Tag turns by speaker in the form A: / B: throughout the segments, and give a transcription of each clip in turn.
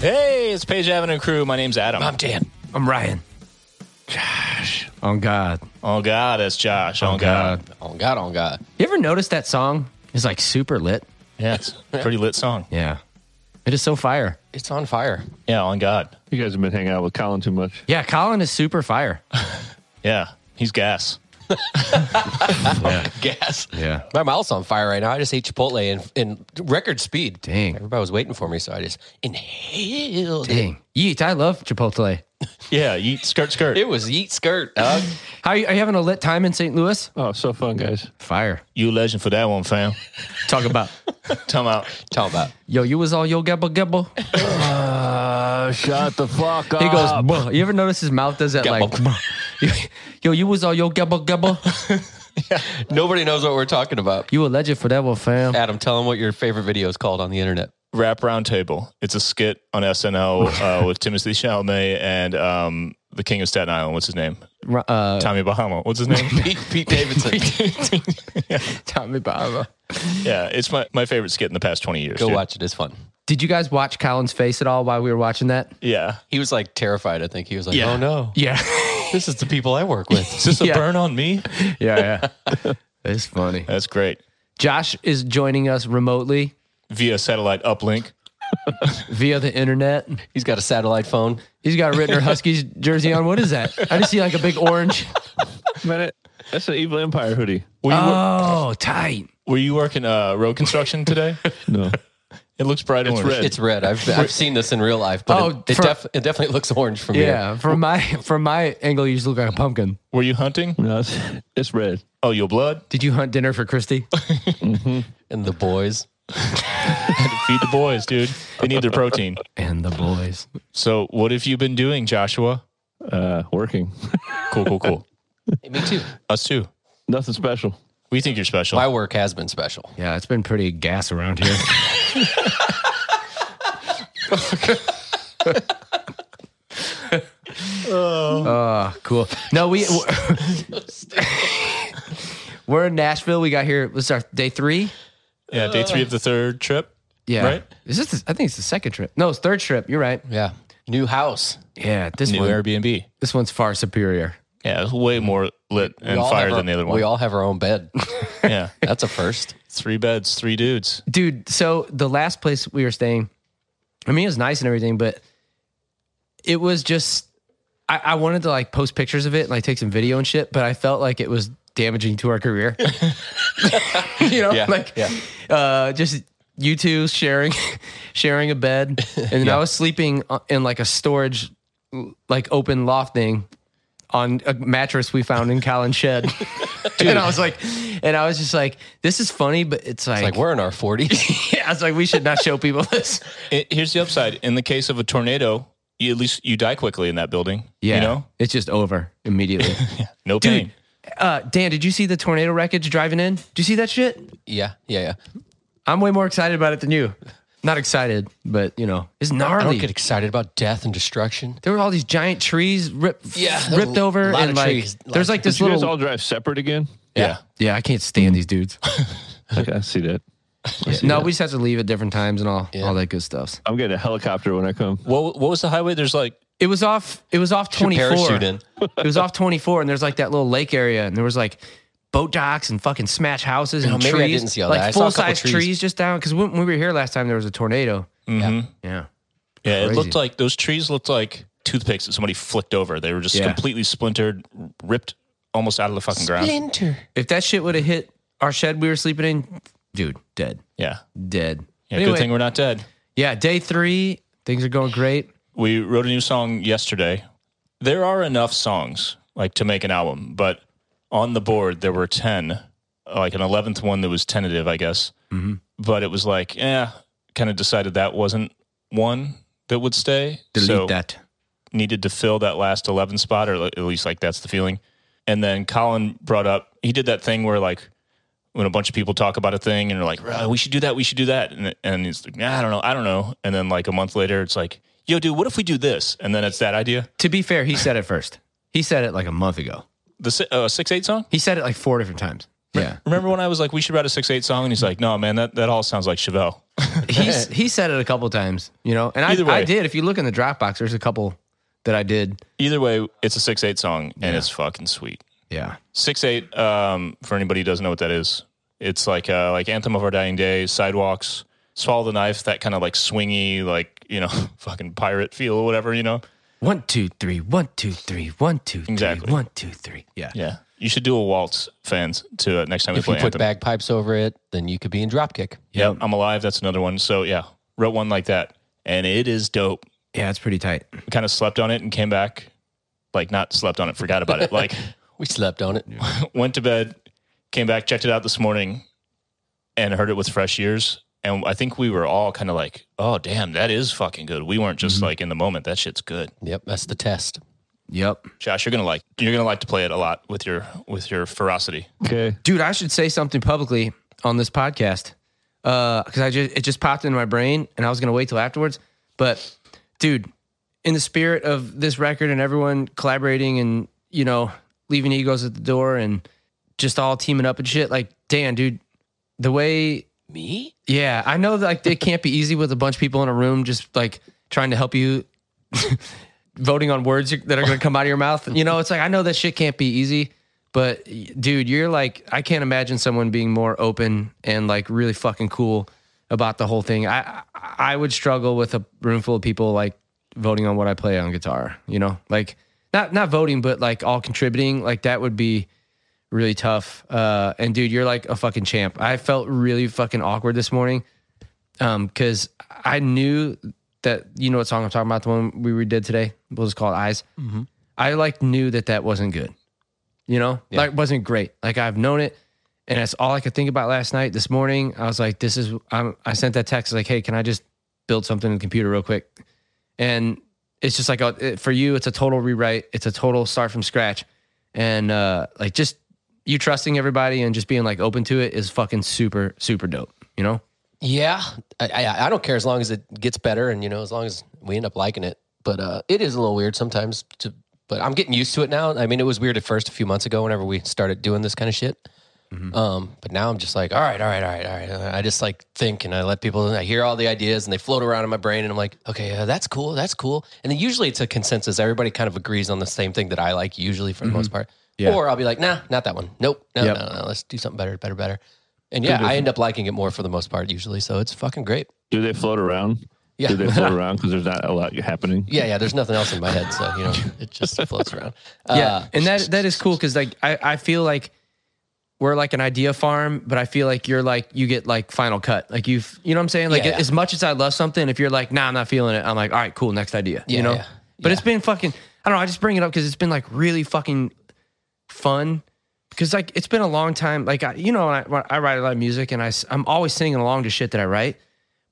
A: it's Page Avenue Crew. My name's Adam.
B: I'm Dan.
C: I'm Ryan. Josh. On God.
A: oh God, that's Josh. Oh, God.
B: On God, on God.
C: You ever notice that song is like super lit?
A: Yeah, it's a pretty lit song.
C: Yeah. It is so fire.
B: It's on fire.
A: Yeah, on God.
D: You guys have been hanging out with Colin too much.
C: Yeah, Colin is super fire.
A: Yeah, he's gas.
B: Gas.
C: Yeah.
B: My mouth's on fire right now. I just ate Chipotle in, in record speed.
C: Dang.
B: Everybody was waiting for me, so I just inhaled.
C: Dang. Yeet, I love Chipotle.
A: Yeah, eat skirt skirt.
B: It was eat skirt, dog.
C: How are you, are you having a lit time in St. Louis?
D: Oh, so fun, guys.
C: Fire.
A: you legend for that one, fam.
C: Talk about.
A: Come out.
B: Tell 'em about.
C: Yo, you was all yo gebble gebble.
D: Uh, shut the fuck up.
C: He goes, "Buh." you ever notice his mouth does that
B: Gebble.
C: like, "Buh." yo, you was all yo gebble gebble.
B: Nobody knows what we're talking about.
C: You a legend for that one, fam.
B: Adam, tell them what your favorite video is called on the internet.
A: Wraparound table. It's a skit on SNL uh, with Timothy Chalamet and um, the King of Staten Island. What's his name?
C: Uh,
A: Tommy Bahama. What's his name?
B: Pete, Pete Davidson.
C: Tommy Bahama.
A: yeah, it's my, my favorite skit in the past twenty years.
B: Go
A: dude.
B: watch it. It's fun.
C: Did you guys watch Colin's face at all while we were watching that?
A: Yeah.
B: He was like terrified, I think. He was like,
A: Yeah.
B: oh no,
C: Yeah.
B: this is the people I work with.
A: Is this a
C: Yeah.
A: burn on me?
C: yeah, yeah. It's funny.
A: That's great.
C: Josh is joining us remotely
A: Via satellite uplink.
C: via the internet.
B: He's got a satellite phone.
C: He's got a Rittner Huskies jersey on. What is that? I just see like a big orange.
D: Man, it- that's an Evil Empire hoodie.
A: Were you, wor-
C: Oh, tight.
A: were you working uh, road construction today?
D: No.
A: It looks bright
D: It's
A: orange.
D: red.
B: It's red. I've, I've seen this in real life, but
C: Oh,
B: it, it,
C: for-
B: def- it definitely looks orange from here.
C: Yeah, from my from my angle, you just look like a pumpkin.
A: Were you hunting?
D: No, it's, it's red.
A: Oh, your blood?
C: Did you hunt dinner for Christy?
B: And the boys.
A: Feed the boys, dude. They need their protein.
C: and the boys.
A: So, what have you been doing, Joshua?
D: Uh, working.
A: Cool, cool, cool.
B: Hey, me too.
A: Us too.
D: Nothing special.
A: We think you're special.
B: My work has been special.
C: Yeah, it's been pretty gas around here. oh, cool. No, we we're- we're in Nashville. We got here. Was our day three?
A: yeah, day three of the third trip.
C: Yeah.
A: Right.
C: Is this? The, I think it's the second trip. No, it's third trip. You're right.
B: Yeah. New house.
C: Yeah. This
A: New
C: one.
A: Airbnb.
C: This one's far superior.
A: Yeah, it's way more lit
B: We
A: and
B: all
A: fire
B: have our-
A: than the other one.
B: We all have our own bed.
A: yeah,
B: That's a first.
A: three beds, three dudes.
C: dude. So the last place we were staying, I mean, it was nice and everything, but it was just I, I wanted to like post pictures of it and like take some video and shit, but I felt like it was damaging to our career. you know,
B: Yeah,
C: like
B: yeah.
C: uh, just you two sharing sharing a bed, and then I was sleeping uh, in like a storage like open loft thing on a mattress we found in Colin's shed. and I was like, and I was just like, this is funny, but it's like,
B: Like we're in our 40s.
C: yeah, I was like, we should not show people this.
A: It, here's the upside: in the case of a tornado, you, at least you die quickly in that building. you know,
C: it's just over immediately.
A: no
C: Dude.
A: pain.
C: uh, Dan, did you see the tornado wreckage driving in? Do you see that shit?
B: yeah. Yeah. Yeah.
C: I'm way more excited about it than you. Not excited, but you know, it's
B: I don't
C: gnarly.
B: get excited about death and destruction.
C: there were all these giant trees ripped,
B: Yeah, there were
C: ripped over,
B: a lot
C: and
B: of
C: like,
B: trees. A lot
C: there's
B: of
C: like this
D: Did you guys
C: little.
D: all drive separate again?
A: Yeah.
C: yeah, I can't stand these dudes.
D: Like, I see that.
C: no, we just have to leave at different times and all,
B: Yeah.
C: all that good stuff.
D: I'm getting a helicopter when I come.
A: What What was the highway? There's like
C: It was off. It was off
B: Shoot
C: 24.
B: Parachute in.
C: It was off 24, and there's like that little lake area, and there was like boat docks and fucking smash houses and
B: No, Oh, maybe I
C: trees.
B: didn't see all
C: like
B: that. I saw a
C: full
B: couple
C: size
B: trees. Mm-hmm.
C: trees. just down. Because when, when we were here last time, there was a tornado.
A: mhm.
C: Yeah.
A: Yeah, it
C: Crazy.
A: looked like those trees looked like toothpicks that somebody flicked over. They were just
C: Yeah.
A: completely splintered, ripped almost out of the fucking ground.
B: Splinter.
C: If that shit would have hit our shed we were sleeping in, dude, dead,
A: Yeah.
C: dead.
A: Yeah,
C: Anyway,
A: good thing we're not dead.
C: yeah, day three, things are going great.
A: We wrote a new song yesterday. There are enough songs like to make an album, but on the board there were 10, like an 11th one that was tentative, I guess.
C: Mm-hmm.
A: But it was like, yeah, kind of decided that wasn't one that would stay.
C: Delete
A: So-
C: that.
A: needed to fill that last 11 spot, or at least like that's the feeling. And then Colin brought up, he did that thing where like when a bunch of people talk about a thing and they're like, "Bruh, we should do that, we should do that. And, and he's like, nah, I don't know, I don't know. And then like a month later, it's like, yo, dude, what if we do this? And then it's that idea.
C: To be fair, he said it first. He said it like a month ago.
A: The si- uh, 6 8 song?
C: He said it like four different times. Yeah.
A: Remember when I was like, we should write a six eight song, and he's like, no, man, that, that all sounds like Chevelle.
C: He's he said it a couple times, you know. And I,
A: Either way.
C: I did. If you look in the Dropbox, there's a couple that I did.
A: Either way, it's a six eight song, and it's fucking sweet.
C: Yeah.
A: Six eight. Um, for anybody who doesn't know what that is, it's like uh, like anthem of our dying day, sidewalks, swallow the knife, that kind of like swingy, like you know, fucking pirate feel or whatever, you know.
C: One, two, three, one, two, three, one, two, three,
A: Exactly.
C: one, two, three. Yeah.
A: Yeah, you should do a waltz, fans, to uh, next time we
B: If you
A: play
B: put
A: anthem.
B: bagpipes over it, then you could be in dropkick.
A: yep, I'm alive. That's another one. So yeah, wrote one like that, and it is dope.
C: Yeah, it's pretty tight.
A: We kind of slept on it and came back, like not slept on it, forgot about it, like.
B: We slept on it.
A: went to bed, came back, checked it out this morning, and heard it with fresh ears. And I think we were all kind of like, "Oh, damn, that is fucking good." We weren't just like in the moment. That shit's good.
B: Yep, that's the test.
C: Yep.
A: Josh, you're gonna like you're gonna like to play it a lot with your with your ferocity.
D: Okay.
C: dude i should say something publicly on this podcast because i just it just popped into my brain and i was gonna wait till afterwards but dude in the spirit of this record and everyone collaborating and you know leaving egos at the door and just all teaming up and shit like dan dude the way
B: Me?
C: yeah i know that like it can't be easy with a bunch of people in a room just like trying to help you voting on words that are going to come out of your mouth. You know, it's like I know that shit can't be easy, but dude, you're like I can't imagine someone being more open and like really fucking cool about the whole thing. I I I would struggle with a room full of people like voting on what I play on guitar, you know? Like not not voting, but like all contributing, like that would be really tough. Uh and dude, you're like a fucking champ. I felt really fucking awkward this morning um because i knew that you know what song i'm talking about the one we redid today we'll just call it eyes i like knew that that wasn't good you know like wasn't great like i've known it and that's all i could think about last night this morning i was like this is I'm, i sent that text like hey can i just build something in the computer real quick and it's just like a, it- for you it's a total rewrite it's a total start from scratch and uh like just you trusting everybody and just being like open to it is fucking super super dope you know
B: Yeah, I, I, I don't care as long as it gets better, and you know, as long as we end up liking it. But uh, it is a little weird sometimes. To, but I'm getting used to it now. I mean, it was weird at first a few months ago whenever we started doing this kind of shit.
C: Mm-hmm.
B: Um, but now I'm just like, all right, all right, all right, all right. I just like think and I let people. I hear all the ideas and they float around in my brain, and I'm like, okay, uh, that's cool, that's cool. And then usually it's a consensus. Everybody kind of agrees on the same thing that I like usually for the most part.
C: Mm-hmm. Yeah.
B: Or I'll be like, nah, not that one. Nope, no,
C: Yep.
B: no, no. Let's do something better, better, better. And yeah, I end up liking it more for the most part usually. So it's fucking great.
D: Do they float around?
B: Yeah.
D: Do they float around? Because there's not a lot happening.
B: Yeah, yeah. There's nothing else in my head, so you know it just floats around. Uh,
C: Yeah, and that that is cool because like I, I feel like we're like an idea farm, but I feel like you're like you get like final cut, like you have you know what I'm saying. Like
B: Yeah, yeah.
C: as much as I love something, if you're like nah, I'm not feeling it, I'm like all right, cool, next idea.
B: Yeah,
C: you know,
B: yeah,
C: but it's been fucking. I don't know. I just bring it up because it's been like really fucking fun because like it's been a long time. Like I, you know, when I, when I write a lot of music and I s- I'm always singing along to shit that I write,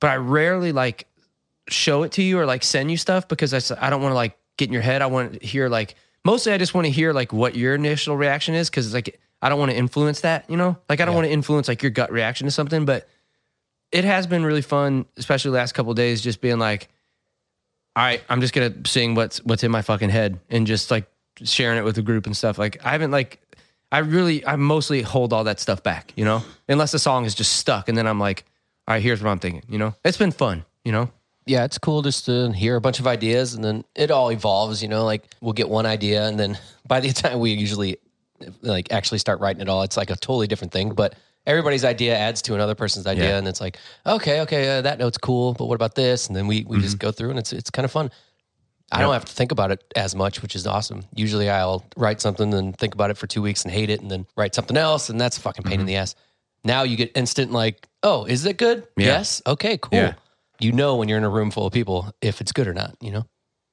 C: but I rarely like show it to you or like send you stuff because I, s- I don't want to like get in your head. I want to hear like mostly I just want to hear like what your initial reaction is because like I don't want to influence that, you know? Like I don't want to influence like your gut reaction to something, but it has been really fun, especially the last couple of days, just being like, all right, I'm just gonna sing what's what's in my fucking head and just like sharing it with the group and stuff. Like I haven't like I really I mostly hold all that stuff back, you know? Unless the song is just stuck and then I'm like, all right, here's what I'm thinking, you know? It's been fun, you know?
B: yeah, it's cool just to hear a bunch of ideas, and then it all evolves. You know, like we'll get one idea, and then by the time we usually like actually start writing it all, it's like a totally different thing. But everybody's idea adds to another person's idea, and it's like, okay, okay, uh, that note's cool, but what about this? And then we we just go through, and it's it's kind of fun. I don't have to think about it as much, which is awesome. Usually I'll write something and think about it for two weeks and hate it and then write something else. And that's a fucking pain in the ass. Now you get instant like, oh, is it good? Yes. Okay, cool.
C: Yeah.
B: You know when you're in a room full of people if it's good or not, you know?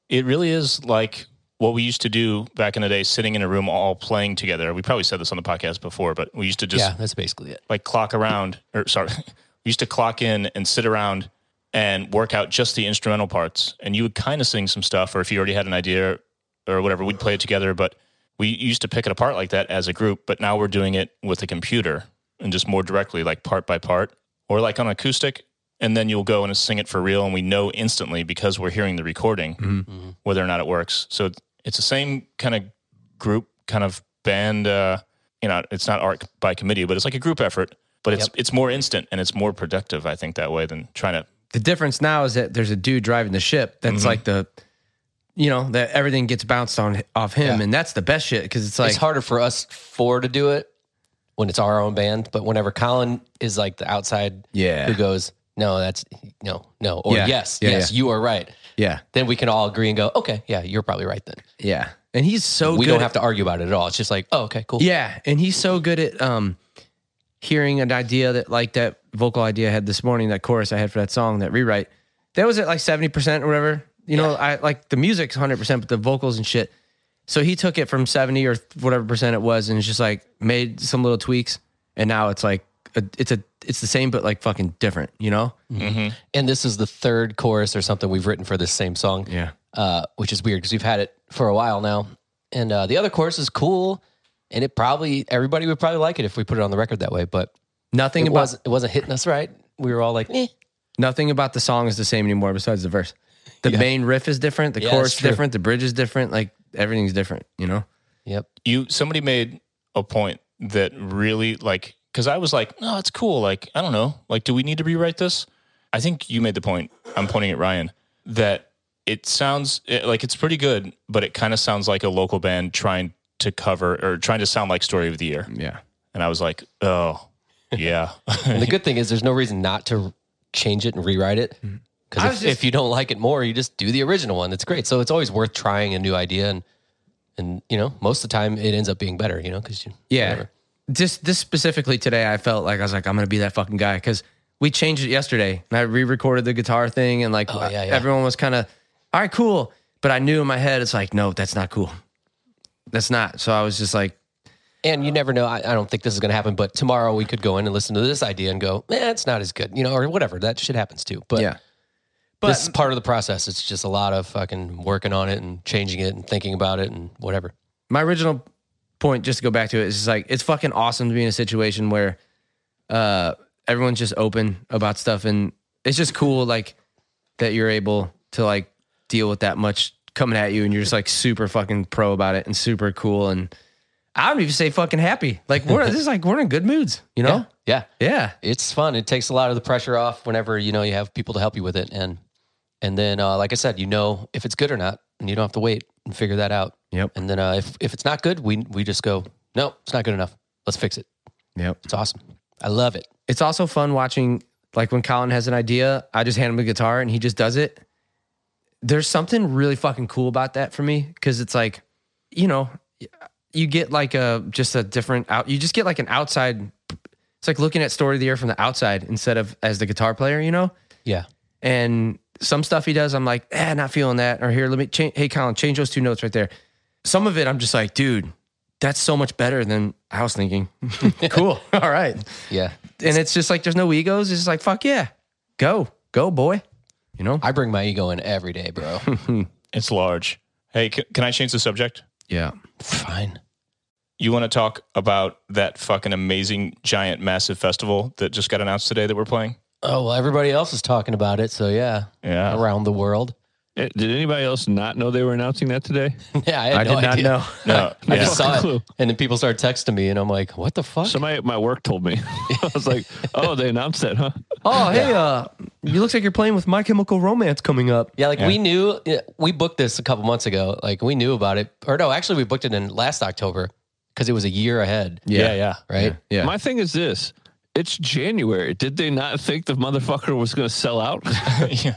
A: It really is like what we used to do back in the day, sitting in a room all playing together. We probably said this on the podcast before, but we used to just
B: yeah, that's basically it.
A: like clock around or sorry we used to clock in and sit around and work out just the instrumental parts and you would kind of sing some stuff or if you already had an idea or whatever we'd play it together but we used to pick it apart like that as a group but now we're doing it with a computer and just more directly like part by part or like on acoustic and then you'll go and sing it for real and we know instantly because we're hearing the recording whether or not it works so it's the same kind of group kind of band uh you know, it's not art by committee, but it's like a group effort. But it's
B: Yep.
A: it's more instant and it's more productive, I think, that way than trying to.
C: the difference now is that there's a dude driving the ship that's
B: Mm-hmm.
C: like the you know that everything gets bounced on off him and that's the best shit because it's like
B: it's harder for us four to do it when it's our own band, but whenever Colin is like the outside
C: Yeah.
B: who goes, no, that's no, no, or
C: Yeah.
B: yes,
C: Yeah,
B: yes,
C: yeah.
B: you are right.
C: yeah
B: Then we can all agree and go, okay, yeah, you're probably right then.
C: yeah and he's so
B: we
C: good
B: don't
C: at-
B: have to argue about it at all. It's just like, oh, okay, cool.
C: yeah and he's so good at um hearing an idea that like that vocal idea I had this morning that chorus I had for that song that rewrite that was at like 70% or whatever you know I like the music's 100% but the vocals and shit so he took it from 70 or whatever percent it was and just like made some little tweaks and now it's like a, it's a it's the same but like fucking different you know
A: mm-hmm.
B: And this is the third chorus or something we've written for this same song.
C: Yeah.
B: Uh, which is weird because we've had it for a while now. And uh, the other chorus is cool. And it probably, everybody would probably like it if we put it on the record that way. But
C: Nothing
B: it,
C: about
B: wasn't, it wasn't hitting us right. We were all like, eh.
C: nothing about the song is the same anymore besides the verse. The main riff is different, the
B: Yeah,
C: chorus
B: that's
C: is
B: true.
C: different, the bridge is different, like everything's different, you know?
B: Yep.
A: you somebody made a point that really like because I was like, no, it's cool. Like I don't know, like do we need to rewrite this? I think you made the point. I'm pointing at Ryan that it sounds it, like it's pretty good, but it kind of sounds like a local band trying to cover or trying to sound like Story of the Year.
C: Yeah.
A: And I was like, oh yeah,
B: And the good thing is there's no reason not to change it and rewrite it.
C: I
B: Because
C: was
B: if,
C: just-
B: if you don't like it more, you just do the original one. That's great. So it's always worth trying a new idea. And, and you know, most of the time it ends up being better, you know, because you,
C: Yeah.
B: whatever.
C: Just this specifically today, I felt like I was like, I'm gonna be that fucking guy because we changed it yesterday and I re-recorded the guitar thing and like
B: Oh, yeah, yeah.
C: everyone was kind of all right, cool. But I knew in my head it's like, no, that's not cool. That's not. So I was just like,
B: And you never know. I, I don't think this is going to happen, but tomorrow we could go in and listen to this idea and go, eh, it's not as good, you know, or whatever. That shit happens too. But
C: yeah.
B: this is part of the process. It's just a lot of fucking working on it and changing it and thinking about it and whatever.
C: my original point, just to go back to it, is just like it's fucking awesome to be in a situation where uh, everyone's just open about stuff, and it's just cool, like that you're able to like deal with that much coming at you, and you're just like super fucking pro about it and super cool, and I don't even say fucking happy. Like we're this is like we're in good moods, you know?
B: Yeah.
C: Yeah,
B: It's fun. It takes a lot of the pressure off whenever, you know, you have people to help you with it. And, and then, uh, like I said, you know, if it's good or not, and you don't have to wait and figure that out.
C: Yep.
B: And then, uh, if, if it's not good, we, we just go, no, it's not good enough. Let's fix it.
C: Yep.
B: It's awesome. I love it.
C: it's also fun watching like when Colin has an idea, I just hand him a guitar and he just does it. There's something really fucking cool about that for me because it's like, you know, you get like a just a different out. You just get like an outside. It's like looking at story of the year from the outside instead of as the guitar player, you know.
B: Yeah.
C: And some stuff he does, I'm like, eh, not feeling that. Or here, let me change. Hey, Colin, change those two notes right there. Some of it, I'm just like, dude, that's so much better than I was thinking. cool. All right
B: Yeah.
C: and it's just like there's no egos. It's just like fuck yeah, go go boy. You know?
B: I bring my ego in every day, bro.
A: it's large. Hey, can, can I change the subject?
C: Yeah.
B: Fine.
A: You want to talk about that fucking amazing, giant, massive festival that just got announced today that we're playing?
B: Oh, well, everybody else is talking about it. So, yeah,
A: Yeah.
B: around the world.
D: Eh, Did anybody else not know they were announcing that today?
B: yeah, I, had no
C: I did not
B: idea.
C: know.
A: No,
B: I
A: yeah.
B: just saw it.
D: Clue.
B: And then people started texting me, and I'm like, what the fuck?
D: Somebody at my work told me. I was like, "Oh, they announced that, huh?"
C: Oh hey, uh, you looks like you're playing with My Chemical Romance coming up.
B: yeah, like we knew, yeah, we booked this a couple months ago. Like we knew about it. Or no, actually, we booked it in last October because it was a year ahead.
A: yeah, yeah.
B: Right?
C: Yeah.
D: My thing is this: it's January. Did they not think the motherfucker was going to sell out?
A: yeah.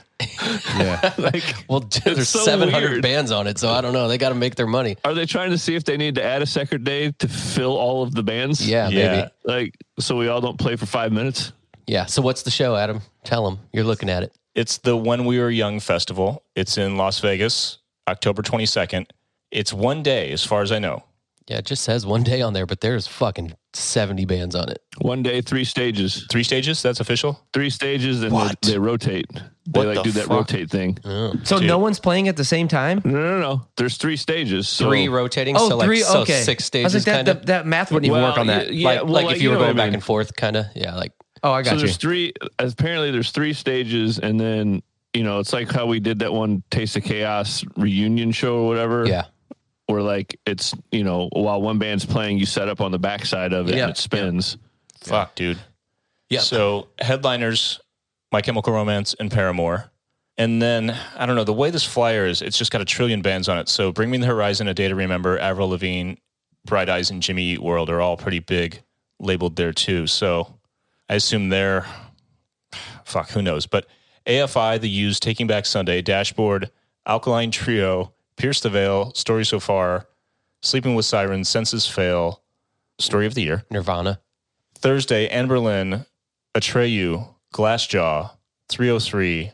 D: like,
B: Well, dude, there's
D: so
B: 700
D: weird.
B: bands on it. So I don't know. They got to make their money.
D: are they trying to see if they need to add a second day to fill all of the bands?
B: Yeah,
A: Yeah.
B: Uh, maybe.
D: Like, so we all don't play for five minutes.
B: Yeah. So what's the show, Adam? Tell them. You're looking at it.
A: It's the When We Were Young Festival. It's in Las Vegas, October 22nd. It's one day, as far as I know.
B: Yeah, it just says one day on there, but there's fucking 70 bands on it.
D: One day, three stages.
A: Three stages. That's official.
D: Three stages, and
A: What?
D: They, they rotate. They
A: What
D: like
A: the
D: do that
A: fuck?
D: rotate thing.
C: So no one's playing at the same time.
D: No, no, no. There's three stages. So
B: Three rotating.
C: Oh,
B: so like
C: three.
B: so
C: okay.
B: six
C: I was
B: stages
C: like, that,
B: kind of.
C: that, that math wouldn't even
D: Well,
C: work on that.
D: y- yeah,
B: like,
D: well,
B: like, if you were
D: know
B: going
D: what I
B: back
D: mean.
B: and forth, kind of. Yeah, like
C: oh, I
D: So
C: got you.
D: there's three. Apparently, there's three stages, and then you know it's like how we did that one Taste of Chaos reunion show or whatever.
B: yeah,
D: Where like it's you know while one band's playing, you set up on the backside of it
B: Yeah.
D: and it spins.
A: Fuck, dude.
B: Yeah.
A: So headliners, My Chemical Romance and Paramore. And then I don't know, the way this flyer is, it's just got a trillion bands on it. So Bring Me the Horizon, A Day to Remember, Avril Lavigne, Bright Eyes, and Jimmy Eat World are all pretty big labeled there too. So I assume they're fuck, who knows? But AFI, The Used, Taking Back Sunday, Dashboard, Alkaline Trio, Pierce the Veil, Story So Far, Sleeping with Sirens, Senses Fail, Story of the Year.
B: Nirvana.
A: Thursday, Anne Berlin, Atreyu, Glassjaw, 303,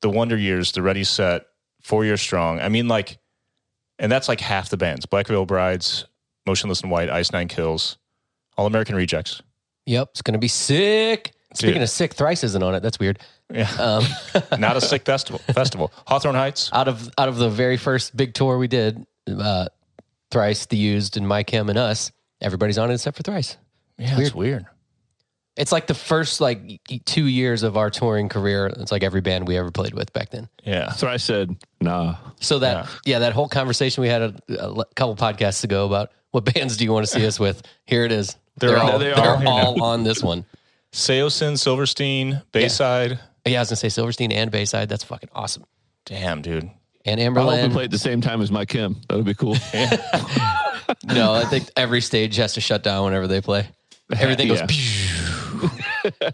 A: The Wonder Years, The Ready Set, Four Year Strong. I mean, like, and that's like half the bands Black Veil Brides, Motionless and White, Ice Nine Kills, All American Rejects.
B: Yep, it's gonna be sick. Speaking
A: Dude.
B: of sick, thrice isn't on it. That's weird.
A: Yeah.
B: Um,
A: Not a sick festival. festival. Hawthorne Heights.
B: out of out of the very first big tour we did, uh, thrice the used and Mike Kim and us, everybody's on it except for thrice.
A: Yeah, it's weird.
B: It's like the first like y- two years of our touring career. It's like every band we ever played with back then.
A: Yeah.
D: So I said, nah.
B: So that yeah, that whole conversation we had a, a le- couple podcasts ago about what bands do you want to see us with? Here it is.
A: They're all-
B: they're
A: they're all
B: all,
A: here now.
B: on this one.
A: Seosin, Silverstein, Bayside.
B: Yeah, I was gonna say Silverstein and Bayside. That's fucking awesome.
A: Damn, dude.
B: And
D: I hope we
B: Amberlin.
D: play at the same time as my Kim. That would be cool.
B: No, I think every stage has to shut down whenever they play. Everything goes.
D: Yeah.
B: pew.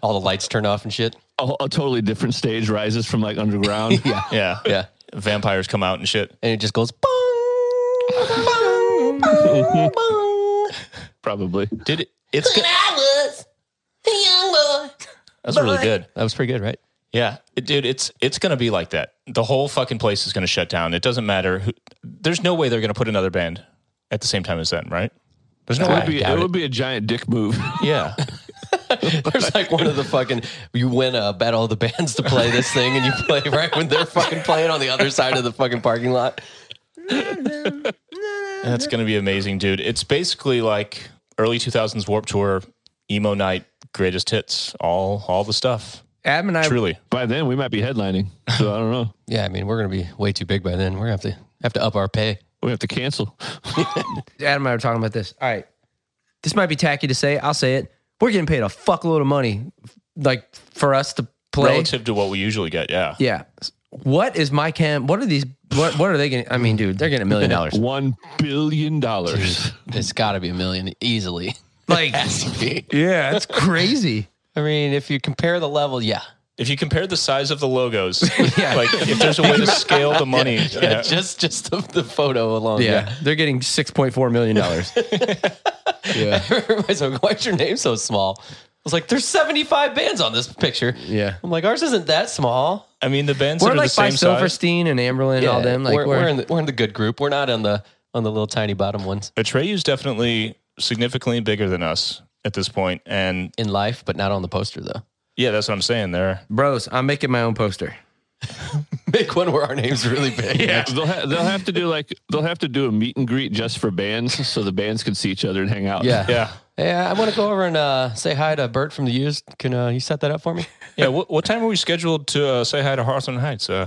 B: All the lights turn off and shit.
D: a, a totally different stage rises from like underground. yeah.
A: Yeah.
B: Yeah,
A: Vampires come out and shit.
B: and it just goes. Bong, bong, bong, bong.
D: Probably.
A: Did it? It's good. That's really good.
B: That was pretty good, right?
A: Yeah, it- dude, it's it's going to be like that. The whole fucking place is going to shut down. It doesn't matter who. There's no way they're going to put another band at the same time as them, right? There's no
D: It would
A: way.
D: be,
B: doubt
D: it would be a giant dick move.
A: Yeah,
B: There's like one of the fucking you win a battle of the bands to play this thing, and you play right when they're fucking playing on the other side of the fucking parking lot.
A: that's going to be amazing, dude. It's basically like early 2000s Warp Tour, emo night, greatest hits, all all the stuff.
C: Adam and I
A: Truly,
D: By then, we might be headlining. So I don't know.
B: Yeah, I mean we're gonna be way too big by then. We're gonna have to have to up our pay.
D: We have to cancel.
C: Adam and I were talking about this. All right. This might be tacky to say. I'll say it. We're getting paid a fuckload of money, like for us to play.
A: relative to what we usually get. Yeah,
C: Yeah. What is my cam? What are these? What What are they getting? I mean, dude, they're getting a million dollars.
D: One billion dollars.
B: It's got to be a million easily.
C: Like,
B: I
C: yeah, that's crazy.
B: mean, if you compare the level, yeah,
A: if you compare the size of the logos, like if there's a way to scale the money, yeah.
B: just just the, the photo alone.
C: Yeah, they're getting six point four million dollars. yeah,
B: Everybody's like, why's your name so small? I was like, there's 75 bands on this picture.
C: yeah.
B: I'm like, ours isn't that small.
A: I mean the bands
C: We're
A: that are
C: like
A: the
C: by
A: same size.
C: Silverstein and Amberlin and all them. Like,
B: we're, we're, in the, we're in the good group. We're not on the on the little tiny bottom ones
A: Atreyu's definitely significantly bigger than us at this point, and
B: in life, but not on the poster though.
A: Yeah, that's what I'm saying there.
C: bros. I'm making my own poster.
B: Make one where our name's really big.
D: Yeah, they'll ha- they'll have to do like they'll have to do a meet and greet just for bands, so the bands can see each other and hang out.
B: Yeah.
A: Yeah.
B: Yeah, I want to go over and uh, say hi to Bert from the used. Can uh, you set that up for me?
A: Yeah. What, what time are we scheduled to uh, say hi to Hawthorne Heights? Uh,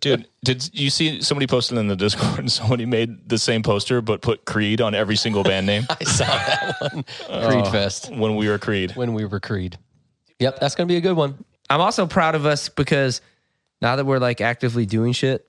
A: dude, did you see somebody posted in the Discord and somebody made the same poster but put Creed on every single band name
B: I saw that one. Oh. Creed Fest
A: when we were Creed?
B: when we were Creed. Yep, that's going to be a good one.
C: I'm also proud of us because now that we're like actively doing shit,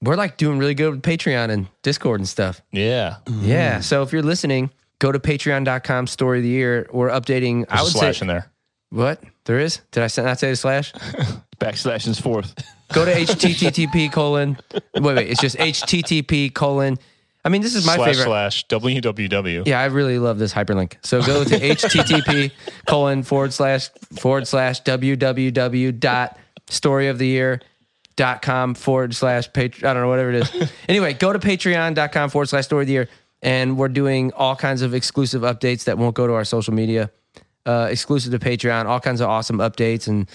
C: we're like doing really good with Patreon and Discord and stuff.
A: Yeah.
C: Yeah. So if you're listening, go to patreon.com story of the year. We're updating. I
A: I
C: would
A: was slash
C: say
A: in there.
C: what there is. Did I not say the slash?
D: backslash and forth.
C: Go to http colon. Wait, wait. It's just http colon. I mean, this is my
A: slash
C: favorite.
A: slash www.
C: Yeah, I really love this hyperlink. So go to http colon forward slash forward slash www dot story of the year dot com forward slash patreon. I don't know whatever it is. Anyway, go to patreon.com forward slash story of the year, and we're doing all kinds of exclusive updates that won't go to our social media, uh, exclusive to Patreon. All kinds of awesome updates and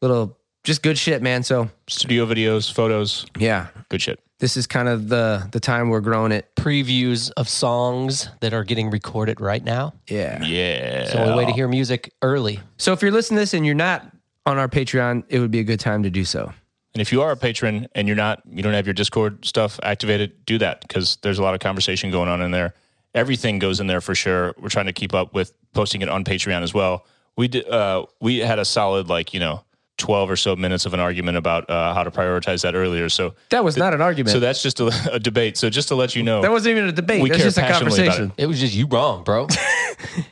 C: little just good shit, man. So
A: Studio videos, photos,
C: yeah,
A: good shit.
C: this is kind of the the time we're growing it.
B: Previews of songs that are getting recorded right now.
C: Yeah.
A: Yeah.
B: It's the only way to hear music early.
C: So if you're listening to this and you're not on our Patreon, it would be a good time to do so.
A: And if you are a patron and you're not, you don't have your Discord stuff activated, do that because there's a lot of conversation going on in there. Everything goes in there for sure. We're trying to keep up with posting it on Patreon as well. We did, uh, we had a solid like you know twelve or so minutes of an argument about uh, how to prioritize that earlier. So
C: That was not an argument.
A: so that's just a, a debate. So just to let you know,
C: that wasn't even a debate.
A: We
C: That's
A: care
C: just a
A: passionately about
C: conversation.
B: It was just you wrong, bro.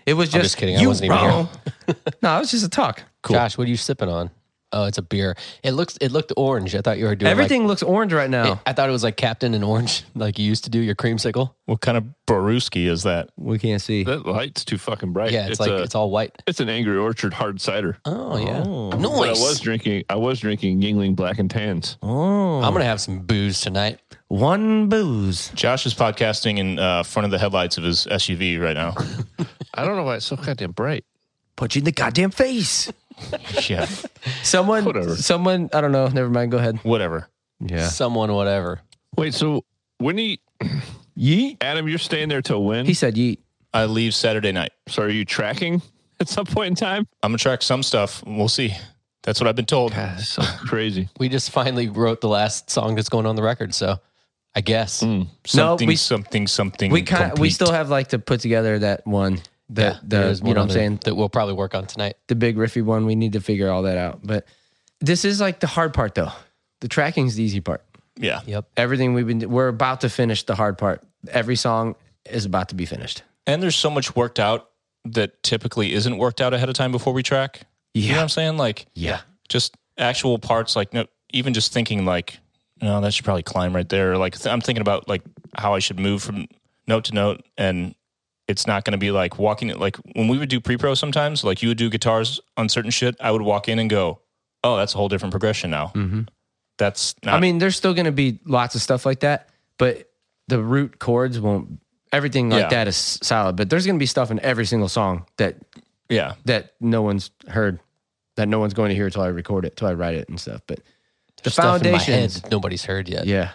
C: It was just,
B: just kidding. I
C: You
B: wasn't even here.
C: wrong. no, it was just a talk.
B: Josh, what are you sipping on? Oh, it's a beer. It looks it looked orange. I thought you were doing like-
C: Everything looks orange right now.
B: I thought it was like Captain and Orange, like you used to do your creamsicle.
A: what kind of Boruski is that?
C: we can't see.
D: That light's too fucking bright.
B: Yeah, it's, like
D: a,
B: it's all white.
D: it's an Angry Orchard hard cider.
B: Oh yeah,
D: But I
B: nice.
D: was drinking. I was drinking Yingling Black and Tans.
C: Oh,
B: I'm gonna have some booze tonight.
C: one booze.
A: Josh is podcasting in uh, front of the headlights of his SUV right now.
D: I don't know why it's so goddamn bright.
C: Put you in the goddamn face.
A: yeah,
C: Someone,
D: Whatever.
C: someone. I don't know. Never mind. Go ahead.
A: whatever.
C: Yeah.
B: Someone, whatever.
D: Wait, so when he
C: Yeet.
D: Adam, you're staying there till when?
C: He said yeet.
A: I leave Saturday night.
D: so are you tracking at some point in time?
A: I'm gonna track some stuff. We'll see. That's what I've been told.
D: God, that's so crazy.
B: We just finally wrote the last song that's going on the record, so I guess
A: Something,
C: we-
A: something, something.
C: We kind. We
A: complete.
C: still have like to put together that one. That
B: there
C: the
B: is
C: you
B: one
C: know what I'm
B: other
C: saying
B: that we'll probably work on tonight.
C: the big riffy one. We need to figure all that out. But this is like the hard part though. The tracking's the easy part.
A: yeah.
B: Yep.
C: Everything we've been we're about to finish the hard part. Every song is about to be finished.
A: And there's so much worked out that typically isn't worked out ahead of time before we track. You know what I'm saying? Like,
C: Yeah.
A: just actual parts. Like, no, even just thinking like, no, that should probably climb right there. Or Like, th- I'm thinking about like how I should move from note to note, and it's not going to be like walking it. Like when we would do pre-pro sometimes, like you would do guitars on certain shit. I would walk in and go, oh, that's a whole different progression now. That's not
C: Mm-hmm. I mean, there's still going to be lots of stuff like that, but the root chords won't. Everything like
A: Yeah.
C: that is solid, but there's going to be stuff in every single song that
A: yeah.
C: that no one's heard, that no one's going to hear till I record it, till I write it and stuff. But the
B: Stuff in my head
C: foundations,
B: that nobody's heard yet.
C: yeah,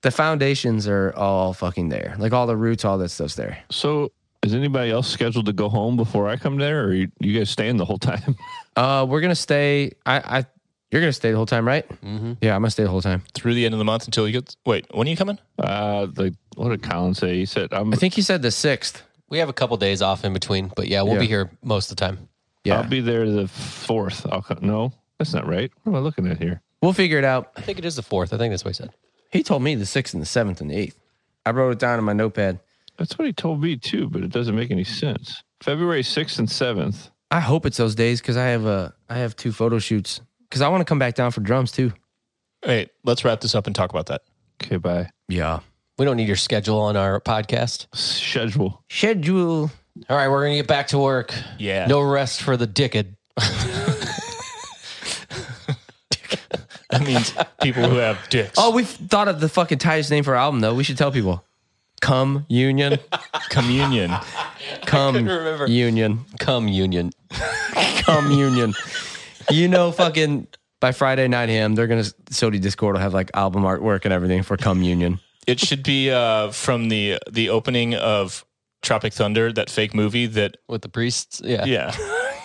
C: the foundations are all fucking there. Like all the roots, all that stuff's there.
D: So is anybody else scheduled to go home before I come there, or are you, you guys staying the whole time?
C: Uh, we're gonna stay. I, I, you're gonna stay the whole time, right? Mm-hmm. Yeah, I'm gonna stay the whole time.
A: Through the end of the month until you get. Wait, when are you coming?
D: Uh, like what did Colin say? He said I'm.
C: I think he said the sixth.
B: We have a couple days off in between, but yeah, we'll
C: Yeah.
B: be here most of the time.
C: Yeah,
D: I'll be there the fourth. I'll come. No, that's not right. What am I looking at here?
C: we'll figure it out.
B: I think it is the fourth. I think that's what he said.
C: He told me the sixth and the seventh and the eighth. I wrote it down in my notepad.
D: That's what he told me too, but it doesn't make any sense. February sixth and seventh.
C: I hope it's those days because I have a I have two photo shoots because I want to come back down for drums too.
A: Hey, let's wrap this up and talk about that.
D: Okay, bye.
C: Yeah.
B: We don't need your schedule on our podcast.
D: Schedule.
C: Schedule.
B: All right, we're gonna get back to work.
A: Yeah.
B: No rest for the dickhead.
A: That means people who have dicks.
C: Oh, we've thought of the fucking tightest name for our album though. We should tell people. Come union.
A: communion.
C: Come
B: remember.
C: union.
B: Come union.
C: Come union. You know, fucking by Friday 9 a.m. they're gonna Sody Discord will have like album artwork and everything for Come Union.
A: It should be uh, from the the opening of Tropic Thunder, that fake movie that
B: with the priests. Yeah.
A: yeah,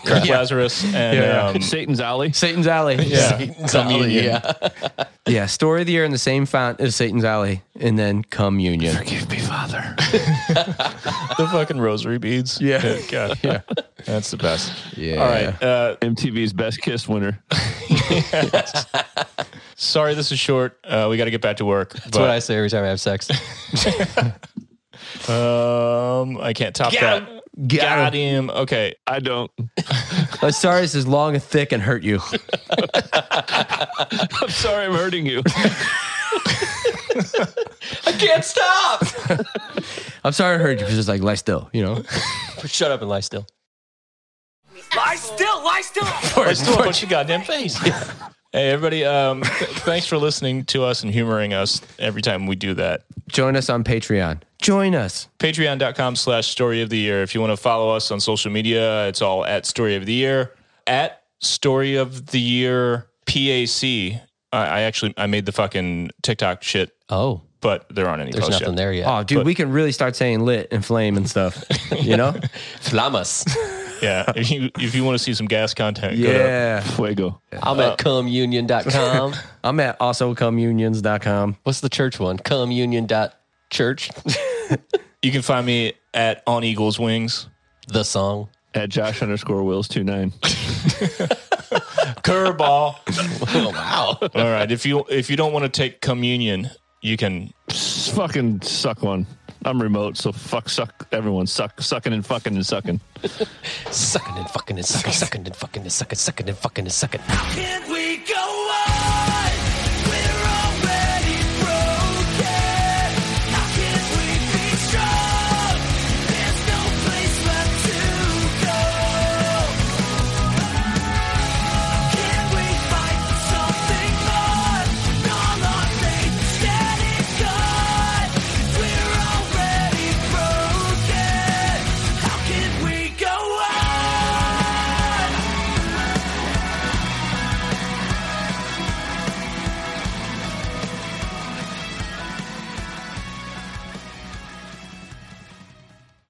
A: Kirk Lazarus and
C: Yeah.
A: Um,
D: Satan's Alley.
C: Satan's Alley.
A: yeah,
B: Communion. Yeah.
C: Yeah. Story of the year in the same font as Satan's Alley, and then Come Union.
D: Forgive me, Father.
A: the fucking rosary beads.
C: Yeah.
A: God,
C: Yeah.
A: that's the best.
C: Yeah.
A: All right, uh,
D: MTV's Best Kiss winner.
A: sorry this is short. Uh, we got to get back to work.
B: That's what I say every time I have sex.
A: but, um, I can't top that. Got him. Okay,
D: I don't.
C: Uh, sorry, this is long and thick and hurt you.
D: I'm sorry, I'm hurting you.
B: I can't stop.
C: I'm sorry I heard you because it's like lie still, you know.
B: Shut up and lie still.
E: Lie still, lie still.
A: let's do a bunch of goddamn face. Hey everybody! Um, th- thanks for listening to us and humoring us every time we do that.
C: Join us on Patreon. Join us.
A: patreon.com slash story of the year if you want to follow us on social media it's all at story of the year at story of the year pac i, I actually i made the fucking tiktok shit
B: Oh,
A: but there aren't any
B: there's
A: posts
B: nothing
A: yet.
B: there yet.
C: Oh, dude, we can really start saying lit and flame and stuff, you know.
B: Flamas.
A: yeah. If you if you want to see some gas content, go
C: Yeah.
D: Fuego.
B: I'm at comunion.com.
C: I'm at also communions.com.
B: What's the church one? Comunion.church.
A: to. You can find me at on Eagles Wings.
B: The song.
D: At Josh underscore Wills two nine.
A: Curveball.
B: Oh, wow.
A: All right. If you if you don't want to take communion, you can
D: fucking suck one. I'm remote, so fuck suck everyone. Suck sucking and fucking and sucking.
B: sucking and fucking and sucking, sucking and fucking and sucking, sucking and fucking and sucking.
E: Can't we